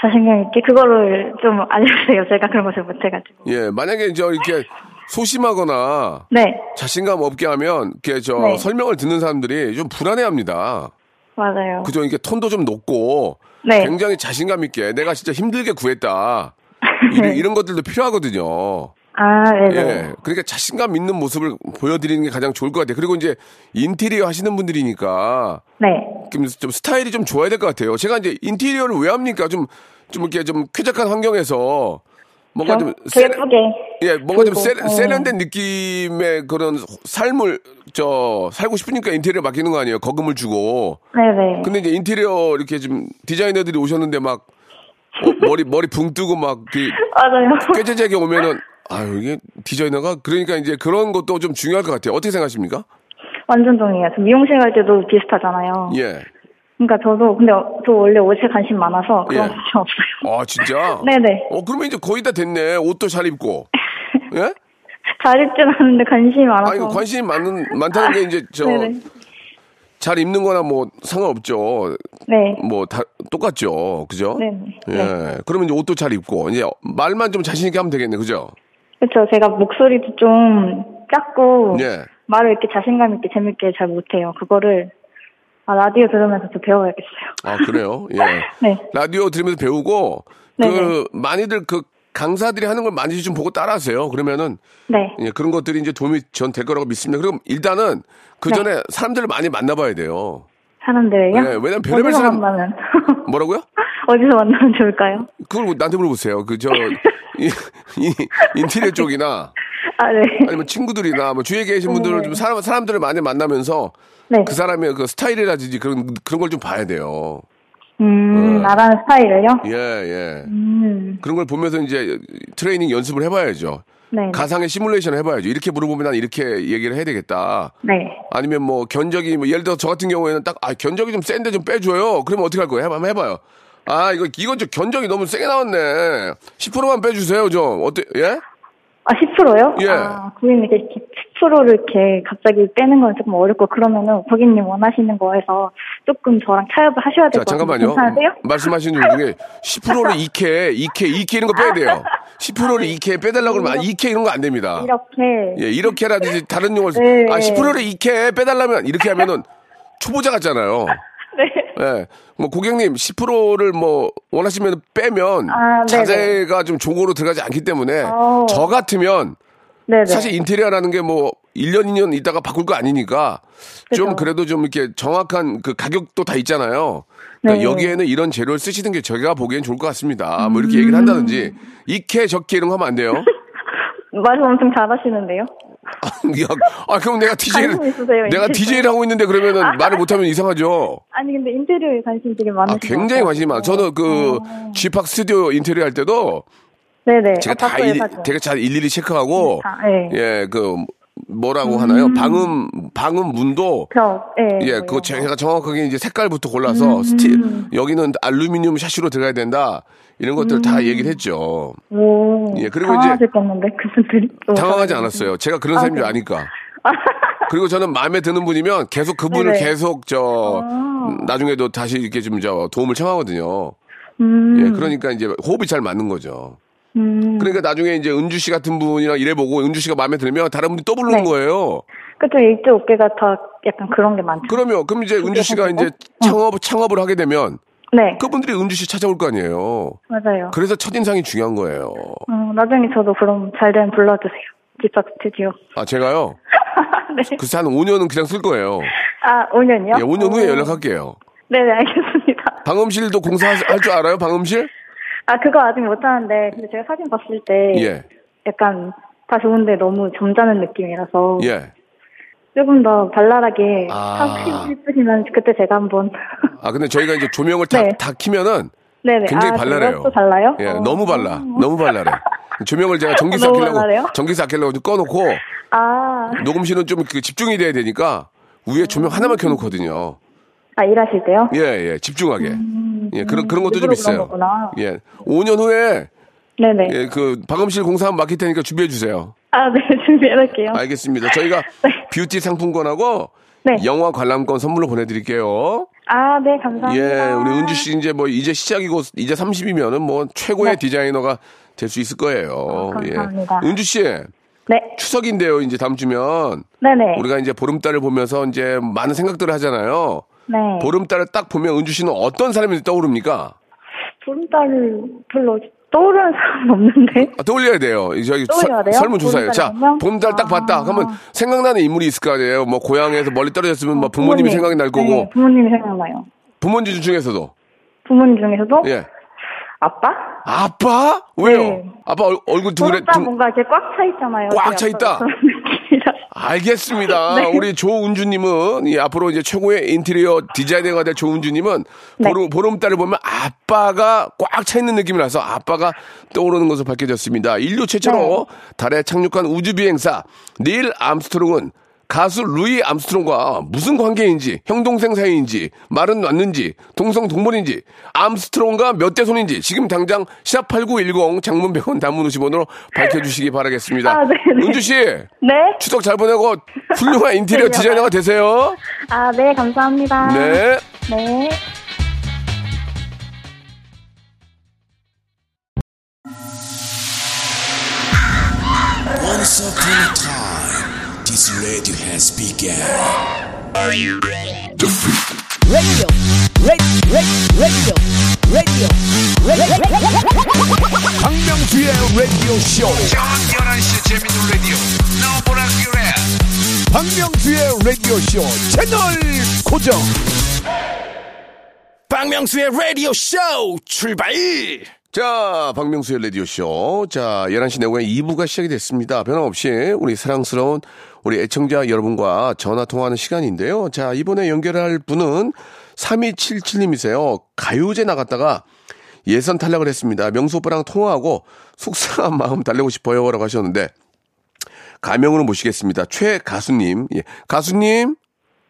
[SPEAKER 8] 자신감 있게 그거를 좀 알려주세요. 제가 그런 것을 못해가지고.
[SPEAKER 7] 예, 만약에 저 이렇게 소심하거나
[SPEAKER 8] 네.
[SPEAKER 7] 자신감 없게 하면 이렇게 저
[SPEAKER 8] 네.
[SPEAKER 7] 설명을 듣는 사람들이 좀 불안해합니다.
[SPEAKER 8] 맞아요.
[SPEAKER 7] 그죠? 이게 톤도 좀 높고
[SPEAKER 8] 네.
[SPEAKER 7] 굉장히 자신감 있게 내가 진짜 힘들게 구했다. 이런, 이런 것들도 필요하거든요.
[SPEAKER 8] 네. 아, 네네.
[SPEAKER 7] 예. 그러니까 자신감 있는 모습을 보여드리는 게 가장 좋을 것 같아요. 그리고 이제 인테리어 하시는 분들이니까
[SPEAKER 8] 네.
[SPEAKER 7] 좀, 좀 스타일이 좀 좋아야 될 것 같아요. 제가 이제 인테리어를 왜 합니까? 좀, 좀 이렇게 좀 쾌적한 환경에서 뭔가
[SPEAKER 8] 좀
[SPEAKER 7] 좀
[SPEAKER 8] 더 예쁘게.
[SPEAKER 7] 예, 뭔가 좀
[SPEAKER 8] 보이고.
[SPEAKER 7] 세,
[SPEAKER 8] 그 어.
[SPEAKER 7] 세련된 느낌의 그런 삶을 저 살고 싶으니까 인테리어 맡기는 거 아니에요? 거금을 주고.
[SPEAKER 8] 네네.
[SPEAKER 7] 근데 이제 인테리어 이렇게 좀 디자이너들이 오셨는데 막 어, 머리 머리 붕 뜨고 막 그,
[SPEAKER 8] 맞아요.
[SPEAKER 7] 꾀재재하게 오면은 아유 이게 디자이너가 그러니까 이제 그런 것도 좀 중요할 것 같아요. 어떻게 생각하십니까?
[SPEAKER 8] 완전 동의해요. 저 미용실 갈 때도 비슷하잖아요.
[SPEAKER 7] 예.
[SPEAKER 8] 그러니까 저도 근데 저 원래 옷에 관심 많아서 그런
[SPEAKER 7] 예.
[SPEAKER 8] 관심 없어요.
[SPEAKER 7] 아 진짜.
[SPEAKER 8] 네네.
[SPEAKER 7] 어 그러면 이제 거의 다 됐네. 옷도 잘 입고. 예?
[SPEAKER 8] 잘 입진 않는데 관심이 많아서.
[SPEAKER 7] 아 이거 관심이 많은 많다는 게 이제 저
[SPEAKER 8] 네네.
[SPEAKER 7] 잘 입는 거나 뭐 상관없죠.
[SPEAKER 8] 네.
[SPEAKER 7] 뭐 다 똑같죠, 그죠?
[SPEAKER 8] 네네.
[SPEAKER 7] 예. 그러면 이제 옷도 잘 입고 이제 말만 좀 자신 있게 하면 되겠네, 그죠?
[SPEAKER 8] 그렇죠. 제가 목소리도 좀 작고
[SPEAKER 7] 예.
[SPEAKER 8] 말을 이렇게 자신감 있게 재밌게 잘 못해요. 그거를 아, 라디오 들으면서 좀 배워야겠어요.
[SPEAKER 7] 아 그래요? 예.
[SPEAKER 8] 네.
[SPEAKER 7] 라디오 들으면서 배우고
[SPEAKER 8] 네네.
[SPEAKER 7] 그 많이들 그 강사들이 하는 걸 많이 좀 보고 따라하세요. 그러면은
[SPEAKER 8] 네.
[SPEAKER 7] 예, 그런 것들이 이제 도움이 전 될 거라고 믿습니다. 그럼 일단은
[SPEAKER 8] 네.
[SPEAKER 7] 그 전에 사람들을 많이 만나봐야 돼요.
[SPEAKER 8] 사람들을요?
[SPEAKER 7] 네, 왜냐면 별의별
[SPEAKER 8] 어디서
[SPEAKER 7] 사람-
[SPEAKER 8] 만나면
[SPEAKER 7] 뭐라고요?
[SPEAKER 8] 어디서 만나면 좋을까요?
[SPEAKER 7] 그걸 나한테 물어보세요. 그 저 인테리어 쪽이나
[SPEAKER 8] 아, 네.
[SPEAKER 7] 아니면 친구들이나 뭐 주위에 계신 분들을 좀 사람 사람들을 많이 만나면서
[SPEAKER 8] 음. 네.
[SPEAKER 7] 그 사람의 그 스타일이라든지 그런 그런 걸 좀 봐야 돼요.
[SPEAKER 8] 음, 나라는 스타일을요?
[SPEAKER 7] 어. 예, 예.
[SPEAKER 8] 음.
[SPEAKER 7] 그런 걸 보면서 이제 트레이닝 연습을 해봐야죠.
[SPEAKER 8] 네.
[SPEAKER 7] 가상의 시뮬레이션 을 해봐야죠. 이렇게 물어보면 난 이렇게 얘기를 해야 되겠다.
[SPEAKER 8] 네.
[SPEAKER 7] 아니면 뭐 견적이 뭐 예를 들어 저 같은 경우에는 딱 아 견적이 좀 센데 좀 빼줘요. 그러면 어떻게 할 거예요? 해봐- 한번 해봐요. 아 이거 이건 좀 견적이 너무 세게 나왔네. 10%만 빼주세요 좀 어때? 예?
[SPEAKER 8] 아, 10%요?
[SPEAKER 7] 예.
[SPEAKER 8] 아, 고객님 이렇게 10%를 이렇게 갑자기 빼는 건 조금 어렵고 그러면은 고객님 원하시는 거에서 조금 저랑 타협을 하셔야 될
[SPEAKER 7] 자
[SPEAKER 8] 것 같아요.
[SPEAKER 7] 잠깐만요.
[SPEAKER 8] 네,
[SPEAKER 7] 음,
[SPEAKER 8] 괜찮으세요?
[SPEAKER 7] 말씀하시는 분 중에 10%를 2K, 2K, 2K 이런 거 빼야 돼요. 10%를 2K 빼달라고 그러면 2K 이런 거 안 됩니다.
[SPEAKER 8] 이렇게
[SPEAKER 7] 예, 이렇게라든지 다른 용어를 쓰-
[SPEAKER 8] 네.
[SPEAKER 7] 아 10%를 이렇게 빼달라면 이렇게 하면은 초보자 같잖아요. 네. 예, 뭐 고객님 10%를 뭐 원하시면 빼면
[SPEAKER 8] 아, 네네.
[SPEAKER 7] 자세가 좀 조고로 들어가지 않기 때문에
[SPEAKER 8] 어.
[SPEAKER 7] 저 같으면
[SPEAKER 8] 네네.
[SPEAKER 7] 사실 인테리어라는 게 뭐 1년, 2년 있다가 바꿀 거 아니니까 좀
[SPEAKER 8] 그죠.
[SPEAKER 7] 그래도 좀 이렇게 정확한 그 가격도 다 있잖아요. 그러니까
[SPEAKER 8] 네.
[SPEAKER 7] 여기에는 이런 재료를 쓰시는 게 제가 보기엔 좋을 것 같습니다. 뭐
[SPEAKER 8] 음.
[SPEAKER 7] 이렇게 얘기를 한다든지 익해 적게 이런 거 하면 안 돼요.
[SPEAKER 8] 말을 엄청 잘하시는데요.
[SPEAKER 7] 야, 아 그럼 내가 DJ를
[SPEAKER 8] 관심 있으세요, 아.
[SPEAKER 7] 내가
[SPEAKER 8] 인테리어에?
[SPEAKER 7] DJ를 하고 있는데 그러면은 말을 못하면 이상하죠.
[SPEAKER 8] 아니 근데 인테리어에 관심 되게 많으신
[SPEAKER 7] 아
[SPEAKER 8] 것
[SPEAKER 7] 굉장히
[SPEAKER 8] 같아요.
[SPEAKER 7] 관심이 많아. 저는 그 G팍 스튜디오 인테리어 할 때도
[SPEAKER 8] 네네.
[SPEAKER 7] 제가
[SPEAKER 8] 아,
[SPEAKER 7] 다
[SPEAKER 8] 봤어요,
[SPEAKER 7] 일,
[SPEAKER 8] 봤어요.
[SPEAKER 7] 제가 잘 일일이 체크하고
[SPEAKER 8] 다, 예.
[SPEAKER 7] 예 그 뭐라고 하나요? 방음 방음 문도
[SPEAKER 8] 저, 예.
[SPEAKER 7] 예,
[SPEAKER 8] 뭐요.
[SPEAKER 7] 그거 제가 정확하게 이제 색깔부터 골라서 스틸 여기는 알루미늄 샤시로 들어가야 된다 이런 것들 을다 얘기를 했죠.
[SPEAKER 8] 오.
[SPEAKER 7] 예, 그리고 이제-
[SPEAKER 8] 당황하셨겠는데 그분들이 또
[SPEAKER 7] 네, 당황하지 않았어요. 제가 그런 사람인 줄 아니까. 네. 그리고 저는 마음에 드는 분이면 계속 그분을
[SPEAKER 8] 네네.
[SPEAKER 7] 계속 저 나중에도 다시 이렇게 좀 저 도움을 청하거든요.
[SPEAKER 8] 음,
[SPEAKER 7] 예, 그러니까 이제 호흡이 잘 맞는 거죠.
[SPEAKER 8] 음.
[SPEAKER 7] 그러니까 나중에 이제 은주 씨 같은 분이랑 일해보고 은주 씨가 마음에 들면 다른 분이 또
[SPEAKER 8] 네.
[SPEAKER 7] 부르는 거예요.
[SPEAKER 8] 그쵸 일제 어깨가 다 약간 그런 게 많죠.
[SPEAKER 7] 그러면 그럼 이제 은주 씨가
[SPEAKER 8] 하고?
[SPEAKER 7] 이제 창업 창업을 하게 되면
[SPEAKER 8] 네,
[SPEAKER 7] 그분들이 은주 씨 찾아올 거 아니에요.
[SPEAKER 8] 맞아요.
[SPEAKER 7] 그래서 첫인상이 중요한 거예요.
[SPEAKER 8] 어, 나중에 저도 그럼 잘 되면 불러주세요. 집합 스튜디오.
[SPEAKER 7] 아, 제가요?
[SPEAKER 8] 네.
[SPEAKER 7] 글쎄, 한 5년은 그냥 쓸 거예요.
[SPEAKER 8] 아, 5년이요?
[SPEAKER 7] 예, 5년 후에 연락할게요.
[SPEAKER 8] 네네, 알겠습니다.
[SPEAKER 7] 방음실도 공사할 줄 알아요? 방음실?
[SPEAKER 8] 아, 그거 아직 못하는데, 근데 제가 사진 봤을 때,
[SPEAKER 7] 예.
[SPEAKER 8] 약간 다 좋은데 너무 점잖은 느낌이라서,
[SPEAKER 7] 예.
[SPEAKER 8] 조금 더 발랄하게,
[SPEAKER 7] 아.
[SPEAKER 8] 하고 싶으시면 그때 제가 한번.
[SPEAKER 7] 아, 근데 저희가 이제 조명을 다,
[SPEAKER 8] 네.
[SPEAKER 7] 다 키면은
[SPEAKER 8] 네네.
[SPEAKER 7] 굉장히
[SPEAKER 8] 아,
[SPEAKER 7] 발랄해요.
[SPEAKER 8] 그거 또 달라요?
[SPEAKER 7] 예,
[SPEAKER 8] 어.
[SPEAKER 7] 너무 발라. 너무 발랄해. 조명을 제가 전기세
[SPEAKER 8] 너무
[SPEAKER 7] 아끼려고,
[SPEAKER 8] 발랄해요?
[SPEAKER 7] 전기세 아끼려고 좀 꺼놓고,
[SPEAKER 8] 아,
[SPEAKER 7] 녹음실은 좀 그 집중이 돼야 되니까, 위에 조명 하나만 켜놓거든요.
[SPEAKER 8] 아, 일하실 때요?
[SPEAKER 7] 예, 예, 집중하게. 예, 그런, 그런 것도 좀
[SPEAKER 8] 일부러 그런
[SPEAKER 7] 있어요.
[SPEAKER 8] 거구나.
[SPEAKER 7] 예. 5년 후에,
[SPEAKER 8] 네네.
[SPEAKER 7] 예, 그, 방음실 공사하면 맡길 테니까 준비해주세요.
[SPEAKER 8] 아, 네, 준비해놓을게요.
[SPEAKER 7] 알겠습니다. 저희가 뷰티 상품권하고
[SPEAKER 8] 네.
[SPEAKER 7] 영화 관람권 선물로 보내드릴게요.
[SPEAKER 8] 아, 네, 감사합니다.
[SPEAKER 7] 예, 우리 은주 씨 이제 뭐 이제 시작이고 이제 30이면은 뭐 최고의 디자이너가 될 수 있을 거예요.
[SPEAKER 8] 네. 아, 감사합니다.
[SPEAKER 7] 예. 은주 씨
[SPEAKER 8] 네,
[SPEAKER 7] 추석인데요. 이제 다음 주면
[SPEAKER 8] 네네.
[SPEAKER 7] 우리가 이제 보름달을 보면서 이제 많은 생각들을 하잖아요.
[SPEAKER 8] 네.
[SPEAKER 7] 보름달을 딱 보면 은주 씨는 어떤 사람이 떠오릅니까?
[SPEAKER 8] 보름달을 별로 떠오르는 사람은 없는데.
[SPEAKER 7] 아, 떠올려야 돼요. 이 저기
[SPEAKER 8] 떠올려야 돼요?
[SPEAKER 7] 설문 조사예요.
[SPEAKER 8] 보름달
[SPEAKER 7] 자,
[SPEAKER 8] 운명?
[SPEAKER 7] 보름달 딱 봤다.
[SPEAKER 8] 아.
[SPEAKER 7] 그러면 생각나는 인물이 있을 거 아니에요. 뭐 고향에서 멀리 떨어졌으면 뭐 부모님이
[SPEAKER 8] 부모님.
[SPEAKER 7] 생각이 날
[SPEAKER 8] 네,
[SPEAKER 7] 거고
[SPEAKER 8] 부모님이 생각나요.
[SPEAKER 7] 부모님 중에서도
[SPEAKER 8] 부모님 중에서도
[SPEAKER 7] 예.
[SPEAKER 8] 아빠?
[SPEAKER 7] 아빠? 왜요?
[SPEAKER 8] 네.
[SPEAKER 7] 아빠 얼, 굴 두그레
[SPEAKER 8] 보름달
[SPEAKER 7] 두-
[SPEAKER 8] 뭔가 이렇게 꽉 차 있잖아요.
[SPEAKER 7] 꽉차 있다.
[SPEAKER 8] 그런 느낌이라.
[SPEAKER 7] 알겠습니다.
[SPEAKER 8] 네.
[SPEAKER 7] 우리 조은주님은 이 앞으로 이제 최고의 인테리어 디자이너가 될 조은주님은
[SPEAKER 8] 네.
[SPEAKER 7] 보름, 보름달을 보면 아빠가 꽉 차 있는 느낌이라서 아빠가 떠오르는 것으로 밝혀졌습니다. 인류 최초로
[SPEAKER 8] 네.
[SPEAKER 7] 달에 착륙한 우주 비행사 닐 암스트롱은 가수 루이 암스트롱과 무슨 관계인지 형동생 사이인지 말은 맞는지 동성 동물인지 암스트롱과 몇 대 손인지 지금 당장 샵8910 장문 100원 단문 50원으로 밝혀주시기 바라겠습니다.
[SPEAKER 8] 아, 네네.
[SPEAKER 7] 은주 씨
[SPEAKER 8] 네.
[SPEAKER 7] 추석 잘 보내고 훌륭한 인테리어 디자이너가 되세요.
[SPEAKER 8] 아, 네, 감사합니다.
[SPEAKER 7] 네.
[SPEAKER 8] 네.
[SPEAKER 3] Once upon a time, this radio has begun. Are you ready? Radio, radio, radio, radio, radio, radio. 박명수의 라디오 쇼. 저녁 11시 재밌는 라디오. No more 박명수의 라디오 쇼 채널 고정. 박명수의 라디오 쇼 출발.
[SPEAKER 7] 자, 박명수의 라디오쇼. 자, 11시 내고에 2부가 시작이 됐습니다. 변함없이 우리 사랑스러운 우리 애청자 여러분과 전화 통화하는 시간인데요. 자, 이번에 연결할 분은 3277님이세요. 가요제 나갔다가 예선 탈락을 했습니다. 명수 오빠랑 통화하고 속상한 마음 달래고 싶어요. 라고 하셨는데, 가명으로 모시겠습니다. 최 가수님. 예. 가수님,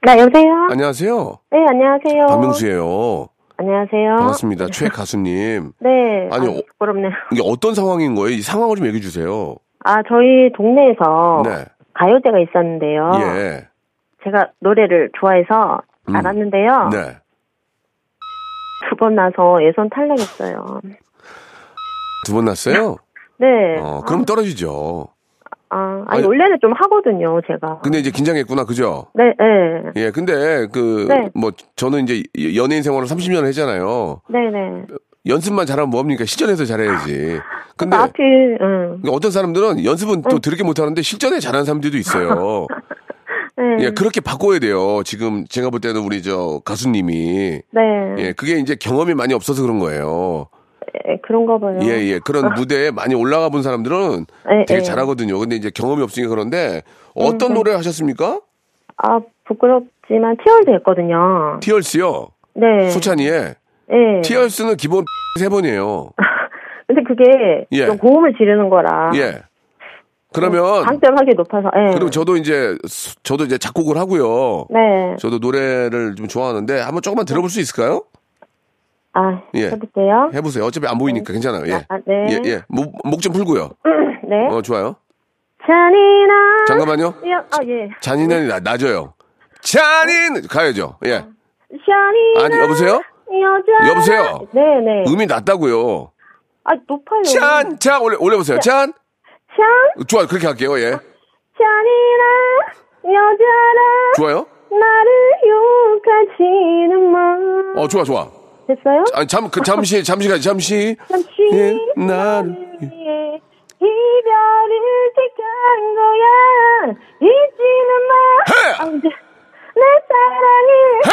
[SPEAKER 9] 네, 여보세요?
[SPEAKER 7] 안녕하세요.
[SPEAKER 9] 네, 안녕하세요.
[SPEAKER 7] 박명수예요.
[SPEAKER 9] 안녕하세요.
[SPEAKER 7] 반갑습니다. 최 가수님.
[SPEAKER 9] 네.
[SPEAKER 7] 아니,
[SPEAKER 9] 아니,
[SPEAKER 7] 어-
[SPEAKER 9] 부끄럽네요.
[SPEAKER 7] 이게 어떤 상황인 거예요? 이 상황을 좀 얘기해 주세요.
[SPEAKER 9] 아, 저희 동네에서
[SPEAKER 7] 네.
[SPEAKER 9] 가요제가 있었는데요.
[SPEAKER 7] 예.
[SPEAKER 9] 제가 노래를 좋아해서
[SPEAKER 7] 음.
[SPEAKER 9] 알았는데요.
[SPEAKER 7] 네.
[SPEAKER 9] 두 번 나서 예선 탈락했어요.
[SPEAKER 7] 두 번 났어요?
[SPEAKER 9] 네.
[SPEAKER 7] 어, 그럼 떨어지죠.
[SPEAKER 9] 아, 아니,
[SPEAKER 7] 아니-
[SPEAKER 9] 원래는 좀 하거든요, 제가.
[SPEAKER 7] 근데 이제 긴장했구나, 그죠?
[SPEAKER 9] 네, 네.
[SPEAKER 7] 예, 근데 그,
[SPEAKER 9] 네.
[SPEAKER 7] 뭐, 저는 이제 연예인 생활을 30년 했잖아요.
[SPEAKER 9] 네네.
[SPEAKER 7] 연습만 잘하면 뭐합니까? 실전에서 잘해야지. 근데
[SPEAKER 9] 나 아, 하필, 응.
[SPEAKER 7] 그러니까 어떤 사람들은 연습은 또 들게 못하는데 실전에 잘하는 사람들도 있어요.
[SPEAKER 9] 네.
[SPEAKER 7] 예, 그렇게 바꿔야 돼요. 지금 제가 볼 때는 우리 저 가수님이
[SPEAKER 9] 네.
[SPEAKER 7] 예, 그게 이제 경험이 많이 없어서 그런 거예요.
[SPEAKER 9] 예, 그런가 봐요.
[SPEAKER 7] 예, 예. 그런 무대에 많이 올라가 본 사람들은
[SPEAKER 9] 예,
[SPEAKER 7] 되게
[SPEAKER 9] 예. 음,
[SPEAKER 7] 잘하거든요. 근데 이제 경험이 없으니까 그런데 어떤 노래 하셨습니까?
[SPEAKER 9] 아, 부끄럽지만 티얼도 했거든요.
[SPEAKER 7] 티얼스요.
[SPEAKER 9] 네.
[SPEAKER 7] 소찬이의
[SPEAKER 9] 예.
[SPEAKER 7] 티얼스는 기본 세 번이에요.
[SPEAKER 9] 근데 그게
[SPEAKER 7] 예.
[SPEAKER 9] 좀 고음을 지르는 거라.
[SPEAKER 7] 예. 그러면
[SPEAKER 9] 강점 하기 높아서. 예.
[SPEAKER 7] 그럼 저도 이제 수- 저도 이제 작곡을 하고요.
[SPEAKER 9] 네.
[SPEAKER 7] 저도 노래를 좀 좋아하는데 한번 조금만 들어볼 수 있을까요?
[SPEAKER 9] 아,
[SPEAKER 7] 예.
[SPEAKER 9] 해볼게요.
[SPEAKER 7] 해보세요. 어차피 안 보이니까 괜찮아요. 예.
[SPEAKER 9] 아, 네.
[SPEAKER 7] 예, 예. 목 좀 풀고요.
[SPEAKER 9] 네.
[SPEAKER 7] 어, 좋아요.
[SPEAKER 9] 잔인한.
[SPEAKER 7] 잠깐만요.
[SPEAKER 9] 여- 아, 예.
[SPEAKER 7] 잔인한이 나, 낮아요. 잔인! 가야죠. 예.
[SPEAKER 9] 네. 잔인한.
[SPEAKER 7] 아니, 여보세요?
[SPEAKER 9] 여자.
[SPEAKER 7] 여보세요?
[SPEAKER 9] 네네.
[SPEAKER 7] 음이 낮다고요.
[SPEAKER 9] 아, 높아요.
[SPEAKER 7] 짠! 자, 올려, 올려보세요. 짠!
[SPEAKER 9] 짠.
[SPEAKER 7] 좋아요. 그렇게 할게요. 예.
[SPEAKER 9] 잔인한. 여자라.
[SPEAKER 7] 좋아요.
[SPEAKER 9] 나를 욕하지는 마.
[SPEAKER 7] 어, 좋아, 좋아.
[SPEAKER 9] 됐어요?
[SPEAKER 7] 아니, 잠, 그, 잠시, 잠시까지, 잠시.
[SPEAKER 9] 잠시
[SPEAKER 7] 예,
[SPEAKER 9] 나를
[SPEAKER 7] 나를
[SPEAKER 9] 위해 이별을 택한 거야 잊지는 마
[SPEAKER 7] 헤!
[SPEAKER 9] 아, 이제 내 사랑이
[SPEAKER 7] 헤!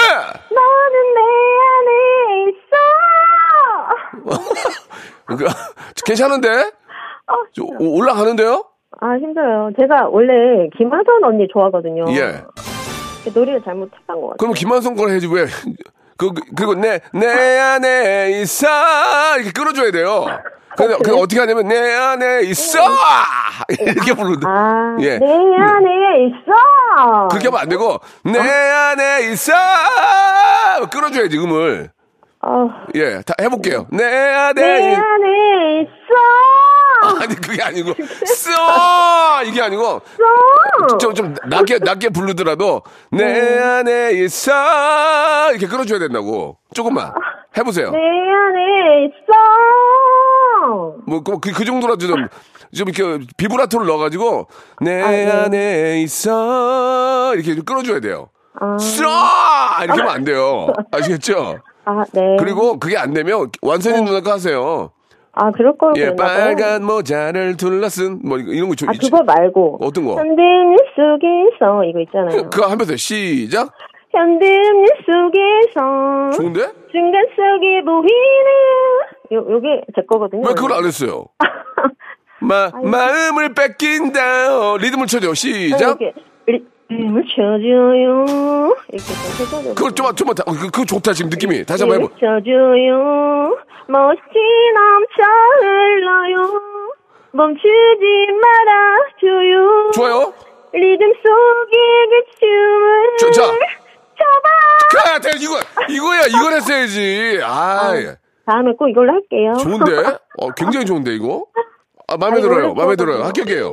[SPEAKER 9] 너는 내 안에 있어
[SPEAKER 7] 그러니까 괜찮은데? 저, 오- 올라가는데요?
[SPEAKER 9] 어, 아 힘들어요 제가 원래 김하선 언니 좋아하거든요
[SPEAKER 7] 예.
[SPEAKER 9] 노래를 잘못 했던 것 같아요
[SPEAKER 7] 그럼 김만성 걸 해야지 왜? 그 그- 그리고 내 내 안에 있어 이렇게 끌어줘야 돼요. 근데 그 어떻게 하냐면 내 안에 있어 이렇게 부르는데
[SPEAKER 9] 아,
[SPEAKER 7] 예.
[SPEAKER 9] 내 안에 있어
[SPEAKER 7] 그렇게 하면 안 되고 내 안에 있어 끌어줘야지 음을
[SPEAKER 9] 아,
[SPEAKER 7] 예 다 해볼게요. 내 안에
[SPEAKER 9] 내
[SPEAKER 7] 있-
[SPEAKER 9] 안에 있어
[SPEAKER 7] 네. 아니 그게 아니고 써 이게 아니고
[SPEAKER 9] 있어
[SPEAKER 7] 좀 좀 낮게 낮게 부르더라도
[SPEAKER 9] 음.
[SPEAKER 7] 내 안에 있어 이렇게 끌어줘야 된다고 조금만 해보세요.
[SPEAKER 9] 내 안에 있어.
[SPEAKER 7] 뭐, 그, 그, 그 정도라도 좀, 좀 이렇게 비브라토를 넣어가지고, 내
[SPEAKER 9] 네.
[SPEAKER 7] 안에 있어. 이렇게 좀 끌어줘야 돼요.
[SPEAKER 9] 아,
[SPEAKER 7] 쏴! 이렇게 하면 안 돼요. 아시겠죠?
[SPEAKER 9] 아, 네.
[SPEAKER 7] 그리고 그게 안 되면 완선이 누나가 하세요.
[SPEAKER 9] 아 그럴 걸
[SPEAKER 7] 예,
[SPEAKER 9] 그랬나 봐요.
[SPEAKER 7] 빨간 모자를 둘러쓴, 뭐, 이거- 이런 거 좀.
[SPEAKER 9] 아 그거 말고.
[SPEAKER 7] 어떤 거?
[SPEAKER 9] 현대미 속에서 이거 있잖아요.
[SPEAKER 7] 그거 하면서 시작?
[SPEAKER 9] 현대미 속에서
[SPEAKER 7] 좋은데?
[SPEAKER 9] 중간 속에 보이는 요 요게 제 거거든요.
[SPEAKER 7] 왜 그걸 안 했어요? 마, 마음을 뺏긴다. 어, 리듬을 쳐줘. 시작?
[SPEAKER 9] 이렇게 리듬을 쳐줘요. 이렇게 좀 해줘요.
[SPEAKER 7] 그걸 좀만, 좀만, 다- 어, 그, 그거 좋다. 지금 느낌이. 다시
[SPEAKER 9] 예.
[SPEAKER 7] 한번 해보.
[SPEAKER 9] 쳐줘요. 멋이 넘쳐 흘러요. 멈추지 말아줘요.
[SPEAKER 7] 좋아요.
[SPEAKER 9] 리듬 속에 그 춤을
[SPEAKER 7] 자, 자.
[SPEAKER 9] 춰봐
[SPEAKER 7] 야, 대 이거 이거야 이걸 했어야지. 아,
[SPEAKER 9] 다음에 꼭 이걸로 할게요
[SPEAKER 7] 좋은데? 어, 굉장히 좋은데 이거? 아, 마음에
[SPEAKER 9] 아니,
[SPEAKER 7] 들어요.
[SPEAKER 9] 원래
[SPEAKER 7] 마음에 들어요.
[SPEAKER 9] 좋아가지고.
[SPEAKER 7] 합격이에요.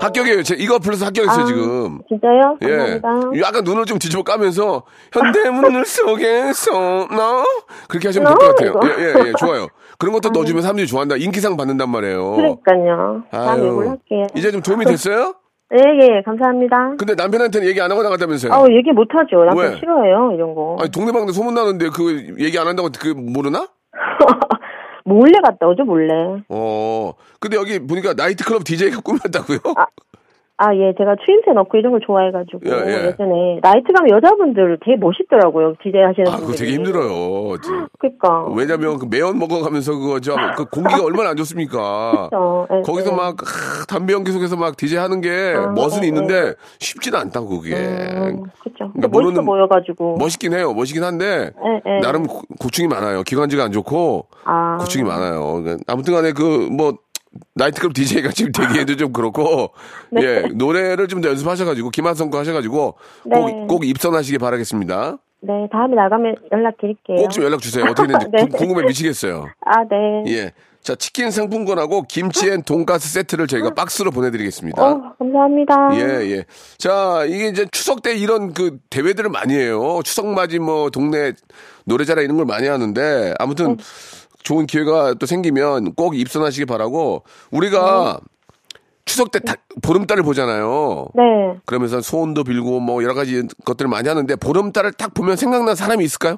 [SPEAKER 7] 합격이에요. 제 이거 플러스 합격했어요
[SPEAKER 9] 아,
[SPEAKER 7] 지금.
[SPEAKER 9] 진짜요?
[SPEAKER 7] 예.
[SPEAKER 9] 감사합니다
[SPEAKER 7] 약간 눈을 좀 뒤집어 까면서 현대문물 속에서 너 그렇게 하시면 될 것
[SPEAKER 9] No,
[SPEAKER 7] 같아요. 예,
[SPEAKER 9] 이거. 네.
[SPEAKER 7] 예, 예, 좋아요. 그런 것도 넣어주면 사람들이 좋아한다. 인기상 받는단 말이에요.
[SPEAKER 9] 그러니까요 다음에
[SPEAKER 7] 어. 아유.
[SPEAKER 9] 이걸로 할게요
[SPEAKER 7] 이제 좀
[SPEAKER 9] 아,
[SPEAKER 7] 도움이
[SPEAKER 9] 그-
[SPEAKER 7] 됐어요?
[SPEAKER 9] 예예 감사합니다
[SPEAKER 7] 근데 남편한테는 얘기 안 하고 나갔다면서요?
[SPEAKER 9] 아우 어. 얘기 못하죠 남편
[SPEAKER 7] 예. 왜?
[SPEAKER 9] 싫어해요 이런 거
[SPEAKER 7] 아니 동네방네 소문나는데 그 얘기 안 한다고 그 모르나?
[SPEAKER 9] 몰래 갔다 오죠 몰래
[SPEAKER 7] 어. 근데 여기 보니까 나이트클럽 DJ가 꾸몄다고요?
[SPEAKER 9] 아 예 제가 추임새 넣고 이런 걸 좋아해가지고
[SPEAKER 7] 예, 예.
[SPEAKER 9] 전에 나이트 가면 여자분들 되게 멋있더라고요 디제이 하시는
[SPEAKER 7] 아, 그거
[SPEAKER 9] 분들이 그러니까.
[SPEAKER 7] 되게 힘들어요. 저-
[SPEAKER 9] 그니까
[SPEAKER 7] 왜냐면 그 매연 먹어가면서 그거 저그 공기가 얼마나 안 좋습니까?
[SPEAKER 9] 그쵸. 예,
[SPEAKER 7] 거기서
[SPEAKER 9] 예.
[SPEAKER 7] 막 아, 담배 연기 속에서 막 DJ 하는 게
[SPEAKER 9] 아,
[SPEAKER 7] 멋은
[SPEAKER 9] 예,
[SPEAKER 7] 있는데 쉽지는 않다고 그게.
[SPEAKER 9] 음,
[SPEAKER 7] 그러니까
[SPEAKER 9] 그쵸 근데 멋있어
[SPEAKER 7] 모르는-
[SPEAKER 9] 보여가지고
[SPEAKER 7] 멋있긴 해요. 멋있긴 한데
[SPEAKER 9] 예, 예.
[SPEAKER 7] 나름 고- 고충이 많아요. 기관지가 안 좋고
[SPEAKER 9] 아.
[SPEAKER 7] 고충이 많아요. 그러니까 아무튼간에 그 뭐 나이트클럽 DJ가 지금 되기에도 좀 그렇고 예 노래를 좀 더 연습하셔가지고 김한성 거 하셔가지고
[SPEAKER 9] 네.
[SPEAKER 7] 꼭, 꼭 입선하시기 바라겠습니다.
[SPEAKER 9] 네, 다음에 나가면 연락드릴게요.
[SPEAKER 7] 꼭 좀 연락 주세요. 어떻게 됐는지
[SPEAKER 9] 네.
[SPEAKER 7] 구- 궁금해 미치겠어요.
[SPEAKER 9] 아, 네.
[SPEAKER 7] 예. 자, 치킨 상품권하고 김치앤 돈가스 세트를 저희가 박스로 보내드리겠습니다.
[SPEAKER 9] 음. 어, 감사합니다.
[SPEAKER 7] 예, 예. 자, 이게 이제 추석 때 이런 그 대회들을 많이 해요. 추석 맞이 뭐 동네 노래자랑 이런 걸 많이 하는데 아무튼 좋은 기회가 또 생기면 꼭 입선하시기 바라고 우리가 추석 때 다- 보름달을 보잖아요.
[SPEAKER 9] 네.
[SPEAKER 7] 그러면서 소원도 빌고 뭐 여러 가지 것들을 많이 하는데 보름달을 딱 보면 생각난 사람이 있을까요?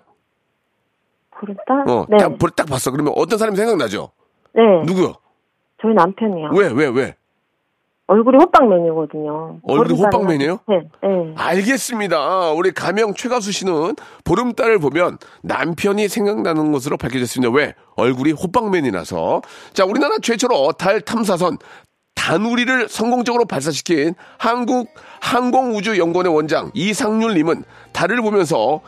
[SPEAKER 10] 그랬다?
[SPEAKER 7] 어,
[SPEAKER 10] 네.
[SPEAKER 7] 딱, 볼- 딱 봤어. 그러면 어떤 사람이 생각나죠?
[SPEAKER 10] 네.
[SPEAKER 7] 누구요?
[SPEAKER 10] 저희 남편이요.
[SPEAKER 7] 왜, 왜, 왜?
[SPEAKER 10] 얼굴이 호빵맨이거든요.
[SPEAKER 7] 얼굴이
[SPEAKER 10] 보름달은-
[SPEAKER 7] 호빵맨이에요? 아.
[SPEAKER 10] 네. 네.
[SPEAKER 7] 알겠습니다. 우리 가명 최가수 씨는 보름달을 보면 남편이 생각나는 것으로 밝혀졌습니다. 왜? 얼굴이 호빵맨이라서. 자, 우리나라 최초로 달 탐사선 단우리를 성공적으로 발사시킨 한국 항공우주연구원의 원장 이상률님은 달을 보면서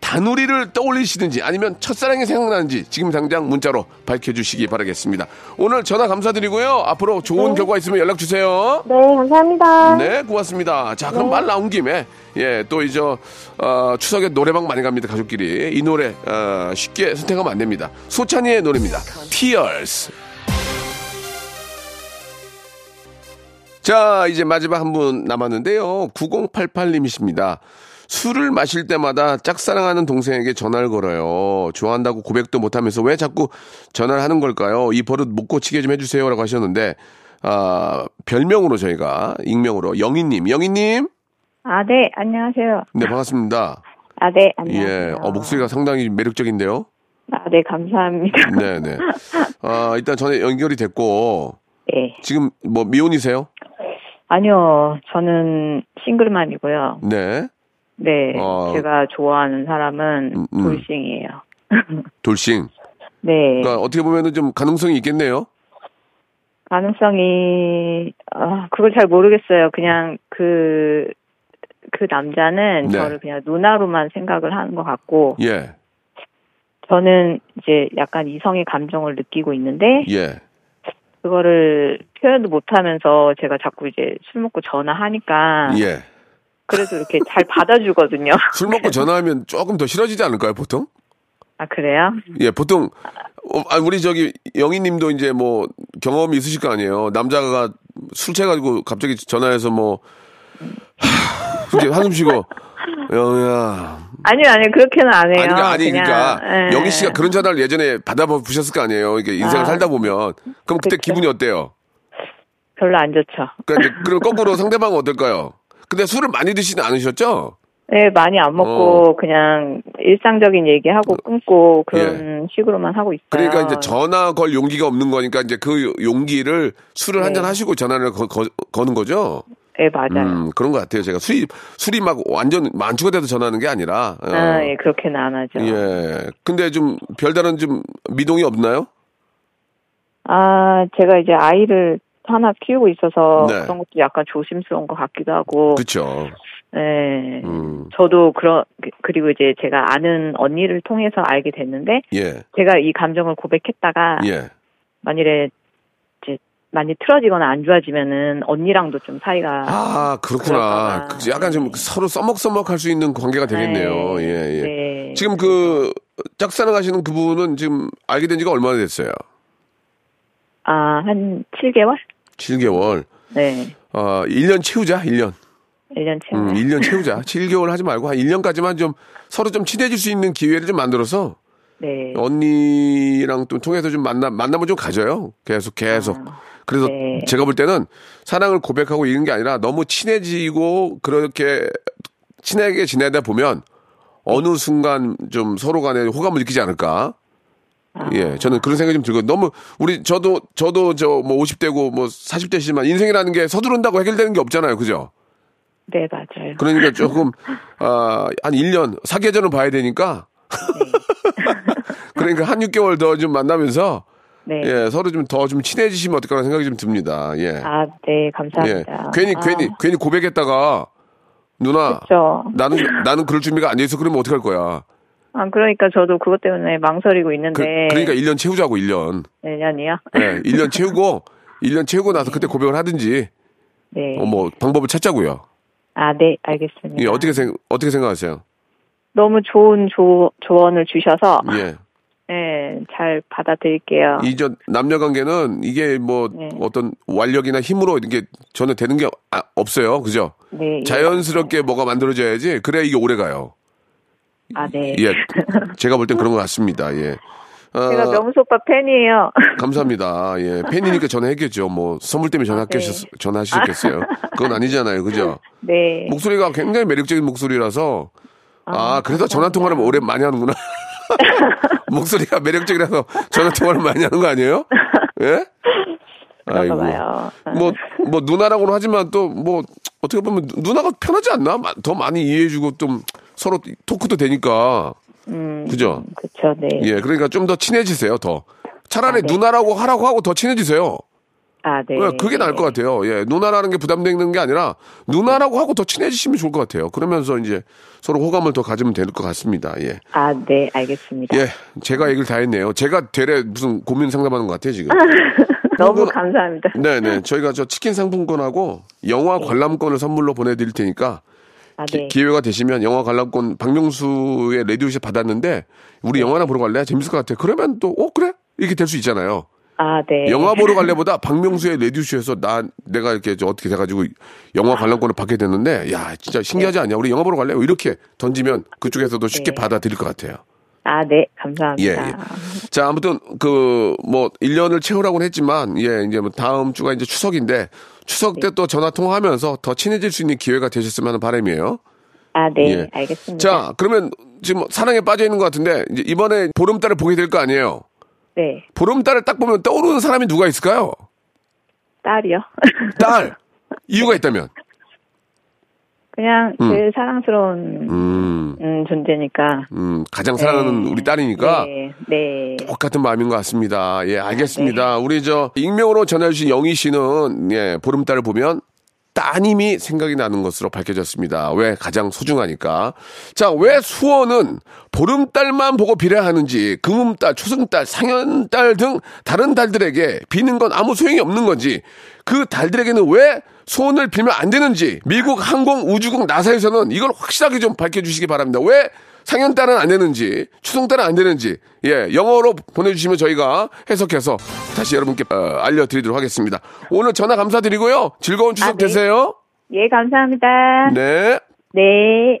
[SPEAKER 7] 단우리를 떠올리시든지 아니면 첫사랑이 생각나는지 지금 당장 문자로 밝혀주시기 바라겠습니다. 오늘 전화 감사드리고요. 앞으로 좋은 결과 있으면 연락 주세요.
[SPEAKER 10] 네, 감사합니다.
[SPEAKER 7] 네, 고맙습니다. 자, 그럼 말 나온 김에 예, 또 이제 어, 추석에 노래방 많이 갑니다. 가족끼리 이 노래 어, 쉽게 선택하면 안 됩니다. 소찬이의 노래입니다. Tears. 자, 이제 마지막 한 분 남았는데요. 9088님이십니다. 술을 마실 때마다 짝사랑하는 동생에게 전화를 걸어요. 좋아한다고 고백도 못하면서 왜 자꾸 전화를 하는 걸까요? 이 버릇 못 고치게 좀 해주세요라고 하셨는데 아 별명으로 저희가 익명으로 영희님, 영희님,
[SPEAKER 9] 아, 네, 안녕하세요.
[SPEAKER 7] 네 반갑습니다.
[SPEAKER 9] 아, 네,
[SPEAKER 7] 예, 어, 목소리가 상당히 매력적인데요.
[SPEAKER 9] 아, 네, 감사합니다.
[SPEAKER 7] 네, 네. 아 일단 전에 연결이 됐고
[SPEAKER 9] 네.
[SPEAKER 7] 지금 뭐 미혼이세요?
[SPEAKER 9] 아니요, 저는 싱글맘이고요.
[SPEAKER 7] 네,
[SPEAKER 9] 네,
[SPEAKER 7] 어.
[SPEAKER 9] 제가 좋아하는 사람은
[SPEAKER 7] 음, 음.
[SPEAKER 9] 돌싱이에요.
[SPEAKER 7] 돌싱.
[SPEAKER 9] 네,
[SPEAKER 7] 그러니까 어떻게 보면은 좀 가능성이 있겠네요.
[SPEAKER 9] 가능성이 아, 그걸 잘 모르겠어요. 그냥 그. 그 남자는
[SPEAKER 7] 네.
[SPEAKER 9] 저를 그냥 누나로만 생각을 하는 것 같고
[SPEAKER 7] 예,
[SPEAKER 9] 저는 이제 약간 이성의 감정을 느끼고 있는데
[SPEAKER 7] 예.
[SPEAKER 9] 그거를 표현도 못하면서 제가 자꾸 이제 술 먹고 전화하니까
[SPEAKER 7] 예.
[SPEAKER 9] 그래도 이렇게 잘 받아주거든요.
[SPEAKER 7] 술 먹고 전화하면 조금 더 싫어지지 않을까요, 보통?
[SPEAKER 9] 아 그래요?
[SPEAKER 7] 예, 보통, 어, 아, 우리 저기, 영희 님도 이제 뭐, 경험이 있으실 거 아니에요. 남자가 술 취해가지고 갑자기 전화해서 뭐, 하, 이렇게 한숨 쉬고, 영희야.
[SPEAKER 9] 아니요 아니요 그렇게는 안 해요.
[SPEAKER 7] 아니가, 아니,
[SPEAKER 9] 그냥,
[SPEAKER 7] 그러니까.
[SPEAKER 9] 예.
[SPEAKER 7] 영희 씨가 그런 전화를 예전에 받아보셨을 거 아니에요. 이게 인생을
[SPEAKER 9] 아,
[SPEAKER 7] 살다 보면. 그럼 그때
[SPEAKER 9] 그쵸.
[SPEAKER 7] 기분이 어때요?
[SPEAKER 9] 별로 안 좋죠.
[SPEAKER 7] 그러니까 이제, 그럼 거꾸로 상대방은 어떨까요? 근데 술을 많이 드시진 않으셨죠?
[SPEAKER 9] 네 많이 안 먹고
[SPEAKER 7] 어.
[SPEAKER 9] 그냥 일상적인 얘기하고 끊고 그런 식으로만 하고 있어요.
[SPEAKER 7] 예. 그러니까 이제 전화 걸 용기가 없는 거니까 이제 그 용기를 술을
[SPEAKER 9] 네.
[SPEAKER 7] 한잔 하시고 전화를 거, 거, 거는 거죠.
[SPEAKER 9] 네 맞아요.
[SPEAKER 7] 음, 그런 것 같아요. 제가 술이 술이 막 완전 만취가 돼서 전화하는 게 아니라. 어,
[SPEAKER 9] 아, 예, 그렇게는 안 하죠.
[SPEAKER 7] 예. 근데 좀 별다른 좀 미동이 없나요?
[SPEAKER 9] 아, 제가 이제 아이를 하나 키우고 있어서
[SPEAKER 7] 네.
[SPEAKER 9] 그런 것도 약간 조심스러운 것 같기도 하고,
[SPEAKER 7] 그렇죠.
[SPEAKER 9] 네.
[SPEAKER 7] 음,
[SPEAKER 9] 저도 그런 그- 그리고 이제 제가 아는 언니를 통해서 알게 됐는데
[SPEAKER 7] 예,
[SPEAKER 9] 제가 이 감정을 고백했다가
[SPEAKER 7] 예.
[SPEAKER 9] 만일에 이제 많이 틀어지거나 안 좋아지면은 언니랑도 좀 사이가
[SPEAKER 7] 아, 그렇구나.
[SPEAKER 9] 그럴까봐.
[SPEAKER 7] 그- 약간 좀 서로 써먹써먹할 수 있는 관계가 되겠네요.
[SPEAKER 9] 네.
[SPEAKER 7] 예, 예.
[SPEAKER 9] 네.
[SPEAKER 7] 지금 그 짝사랑하시는 그분은 지금 알게 된 지가 얼마나 됐어요?
[SPEAKER 9] 아, 한 7개월?
[SPEAKER 7] 7개월.
[SPEAKER 9] 네.
[SPEAKER 7] 어, 1년 채우자. 1년.
[SPEAKER 9] 1년 채.
[SPEAKER 7] 음, 1년 채우자. 7개월 하지 말고 한 1년까지만 좀 서로 좀 친해질 수 있는 기회를 좀 만들어서
[SPEAKER 9] 네.
[SPEAKER 7] 언니랑 또 통해서 좀 만나 만남을 좀 가져요. 계속 계속. 그래서
[SPEAKER 9] 네.
[SPEAKER 7] 제가 볼 때는 사랑을 고백하고 이런 게 아니라 너무 친해지고 그렇게 친하게 지내다 보면 어느 순간 좀 서로 간에 호감을 느끼지 않을까?
[SPEAKER 9] 아.
[SPEAKER 7] 예, 저는 그런 생각이 좀 들고 너무 우리 저도 저도 저 뭐 50대고 뭐 40대시지만 인생이라는 게 서두른다고 해결되는 게 없잖아요. 그죠?
[SPEAKER 9] 네, 맞아요.
[SPEAKER 7] 그러니까 조금 아, 한 1년 사계절은 봐야 되니까 그러니까 한 6개월 더 좀 만나면서
[SPEAKER 9] 네.
[SPEAKER 7] 예, 서로 좀 더 좀 친해지시면 어떨까 생각이 좀 듭니다. 예.
[SPEAKER 9] 아, 네,
[SPEAKER 7] 예.
[SPEAKER 9] 감사합니다.
[SPEAKER 7] 괜히
[SPEAKER 9] 아,
[SPEAKER 7] 괜히 괜히 고백했다가 누나
[SPEAKER 9] 그렇죠.
[SPEAKER 7] 나는 나는 그럴 준비가 안 돼 있어. 그러면 어떡할 거야?
[SPEAKER 9] 아, 그러니까 저도 그것 때문에 망설이고
[SPEAKER 7] 그,
[SPEAKER 9] 있는데
[SPEAKER 7] 그러니까 1년 채우자고 1년.
[SPEAKER 9] 내년이요.
[SPEAKER 7] 예. 1년 채우고 1년 채우고 나서 그때 고백을 하든지
[SPEAKER 9] 네.
[SPEAKER 7] 어, 뭐 방법을 찾자고요.
[SPEAKER 9] 아, 네, 알겠습니다.
[SPEAKER 7] 예, 어떻게 생 어떻게 생각하세요?
[SPEAKER 9] 너무 좋은 조, 조언을 주셔서
[SPEAKER 7] 예.
[SPEAKER 9] 네, 잘 받아들일게요.
[SPEAKER 7] 이저 남녀 관계는 이게 뭐
[SPEAKER 9] 네.
[SPEAKER 7] 어떤 완력이나 힘으로 이게 저는 되는 게 아- 없어요. 그죠?
[SPEAKER 9] 네, 예.
[SPEAKER 7] 자연스럽게 뭐가 만들어져야지 그래야 이게 오래 가요.
[SPEAKER 9] 아, 네.
[SPEAKER 7] 예. 제가 볼 땐 그런 것 같습니다. 예. 아,
[SPEAKER 9] 제가 명수 오빠 팬이에요.
[SPEAKER 7] 감사합니다. 예. 팬이니까 전화했겠죠. 뭐 선물 때문에 전화했겠, 전화하셨겠어요. 그건 아니잖아요. 그죠?
[SPEAKER 9] 네.
[SPEAKER 7] 아, 목소리가 굉장히 매력적인 목소리라서 아, 그래서 전화 통화를 오래 많이 하는구나. 목소리가 매력적이라서 전화 통화를 많이 하는 거 아니에요? 예?
[SPEAKER 9] 그런가 봐요.
[SPEAKER 7] 뭐, 뭐, 누나라고는 하지만 또, 뭐, 어떻게 보면 누- 누나가 편하지 않나? 마- 더 많이 이해해주고 좀 서로 토크도 되니까. 그죠?
[SPEAKER 9] 음, 그쵸, 네.
[SPEAKER 7] 예, 그러니까 좀 더 친해지세요, 더. 차라리 누나라고 하라고 하고 더 친해지세요.
[SPEAKER 9] 아, 네.
[SPEAKER 7] 예, 그게 나을 것 같아요. 예, 누나라는 게 부담되는 게 아니라 누나라고 하고 더 친해지시면 좋을 것 같아요. 그러면서 이제 서로 호감을 더 가지면 될 것 같습니다. 예.
[SPEAKER 9] 아, 네, 알겠습니다.
[SPEAKER 7] 예, 제가 얘기를 다 했네요. 제가 되레 무슨 고민 상담하는 것 같아요, 지금.
[SPEAKER 9] 너무
[SPEAKER 7] 그건-
[SPEAKER 9] 감사합니다.
[SPEAKER 7] 네네. 저희가 저 치킨 상품권하고 영화 관람권을 선물로 보내드릴 테니까
[SPEAKER 9] 아,
[SPEAKER 7] 기-
[SPEAKER 9] 네.
[SPEAKER 7] 기회가 되시면 영화 관람권 박명수의 레디오쇼 받았는데 우리
[SPEAKER 9] 네.
[SPEAKER 7] 영화나 보러 갈래? 재밌을 것 같아. 그러면 또, 어, 그래? 이렇게 될 수 있잖아요.
[SPEAKER 9] 아, 네.
[SPEAKER 7] 영화 보러 갈래보다 박명수의 레디오쇼에서 나, 내가 이렇게 저 어떻게 돼가지고 영화 관람권을 받게 됐는데, 야, 진짜 신기하지 않냐? 우리 영화 보러 갈래? 이렇게 던지면 그쪽에서도 쉽게
[SPEAKER 9] 네.
[SPEAKER 7] 받아들일 것 같아요.
[SPEAKER 9] 아, 네, 감사합니다.
[SPEAKER 7] 예, 예. 자, 아무튼 그 뭐 1년을 채우라고는 했지만 예, 이제 뭐 다음 주가 이제 추석인데 추석
[SPEAKER 9] 네.
[SPEAKER 7] 때 또 전화 통화하면서 더 친해질 수 있는 기회가 되셨으면 하는 바람이에요.
[SPEAKER 9] 아, 네,
[SPEAKER 7] 예.
[SPEAKER 9] 알겠습니다.
[SPEAKER 7] 자, 그러면 지금 사랑에 빠져 있는 것 같은데 이제 이번에 보름달을 보게 될 거 아니에요.
[SPEAKER 9] 네,
[SPEAKER 7] 보름달을 딱 보면 떠오르는 사람이 누가 있을까요?
[SPEAKER 9] 딸이요.
[SPEAKER 7] 딸. 이유가 있다면.
[SPEAKER 9] 그냥 그 사랑스러운
[SPEAKER 7] 음.
[SPEAKER 9] 음, 존재니까.
[SPEAKER 7] 음, 가장 사랑하는
[SPEAKER 9] 네.
[SPEAKER 7] 우리 딸이니까
[SPEAKER 9] 네, 네.
[SPEAKER 7] 똑같은 마음인 것 같습니다. 예, 알겠습니다. 우리 저 익명으로 전화주신 영희 씨는 예, 보름달을 보면 따님이 생각이 나는 것으로 밝혀졌습니다. 왜 가장 소중하니까. 자, 왜 수원은 보름달만 보고 비례하는지 금음달, 초승달, 상현달 등 다른 달들에게 비는 건 아무 소용이 없는 건지 그 달들에게는 왜 소원을 빌면 안 되는지 미국 항공우주국 나사에서는 이걸 확실하게 좀 밝혀주시기 바랍니다. 왜 상현달은 안 되는지 추승달은 안 되는지 예 영어로 보내주시면 저희가 해석해서 다시 여러분께 어, 알려드리도록 하겠습니다. 오늘 전화 감사드리고요. 즐거운 추석
[SPEAKER 9] 아, 네.
[SPEAKER 7] 되세요.
[SPEAKER 9] 예, 감사합니다.
[SPEAKER 7] 네.
[SPEAKER 9] 네.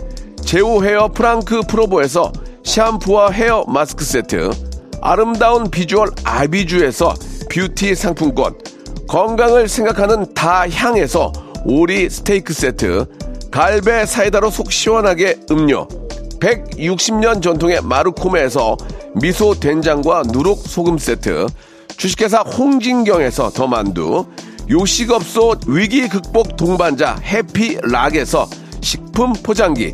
[SPEAKER 7] 제오 헤어 프랑크 프로보에서 샴푸와 헤어 마스크 세트 아름다운 비주얼 아비주에서 뷰티 상품권 건강을 생각하는 다향에서 오리 스테이크 세트, 갈배 사이다로 속 시원하게 음료, 160년 전통의 마루코메에서 미소 된장과 누룩 소금 세트, 주식회사 홍진경에서 더 만두, 요식업소 위기 극복 동반자 해피락에서 식품 포장기,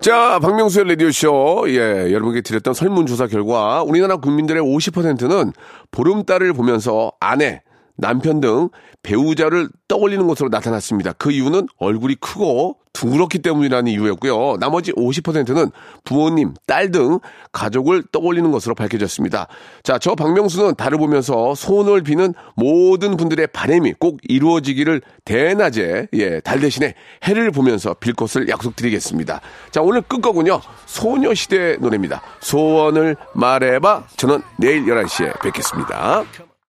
[SPEAKER 7] 자, 박명수의 라디오쇼. 예, 여러분께 드렸던 설문조사 결과 우리나라 국민들의 50%는 보름달을 보면서 아내, 남편 등 배우자를 떠올리는 것으로 나타났습니다. 그 이유는 얼굴이 크고 둥그렇기 때문이라는 이유였고요. 나머지 50%는 부모님, 딸 등 가족을 떠올리는 것으로 밝혀졌습니다. 자, 저 박명수는 달을 보면서 소원을 비는 모든 분들의 바람이 꼭 이루어지기를 대낮에 예, 달 대신에 해를 보면서 빌 것을 약속드리겠습니다. 자, 오늘 끝거군요. 소녀시대 노래입니다. 소원을 말해봐. 저는 내일 11시에 뵙겠습니다.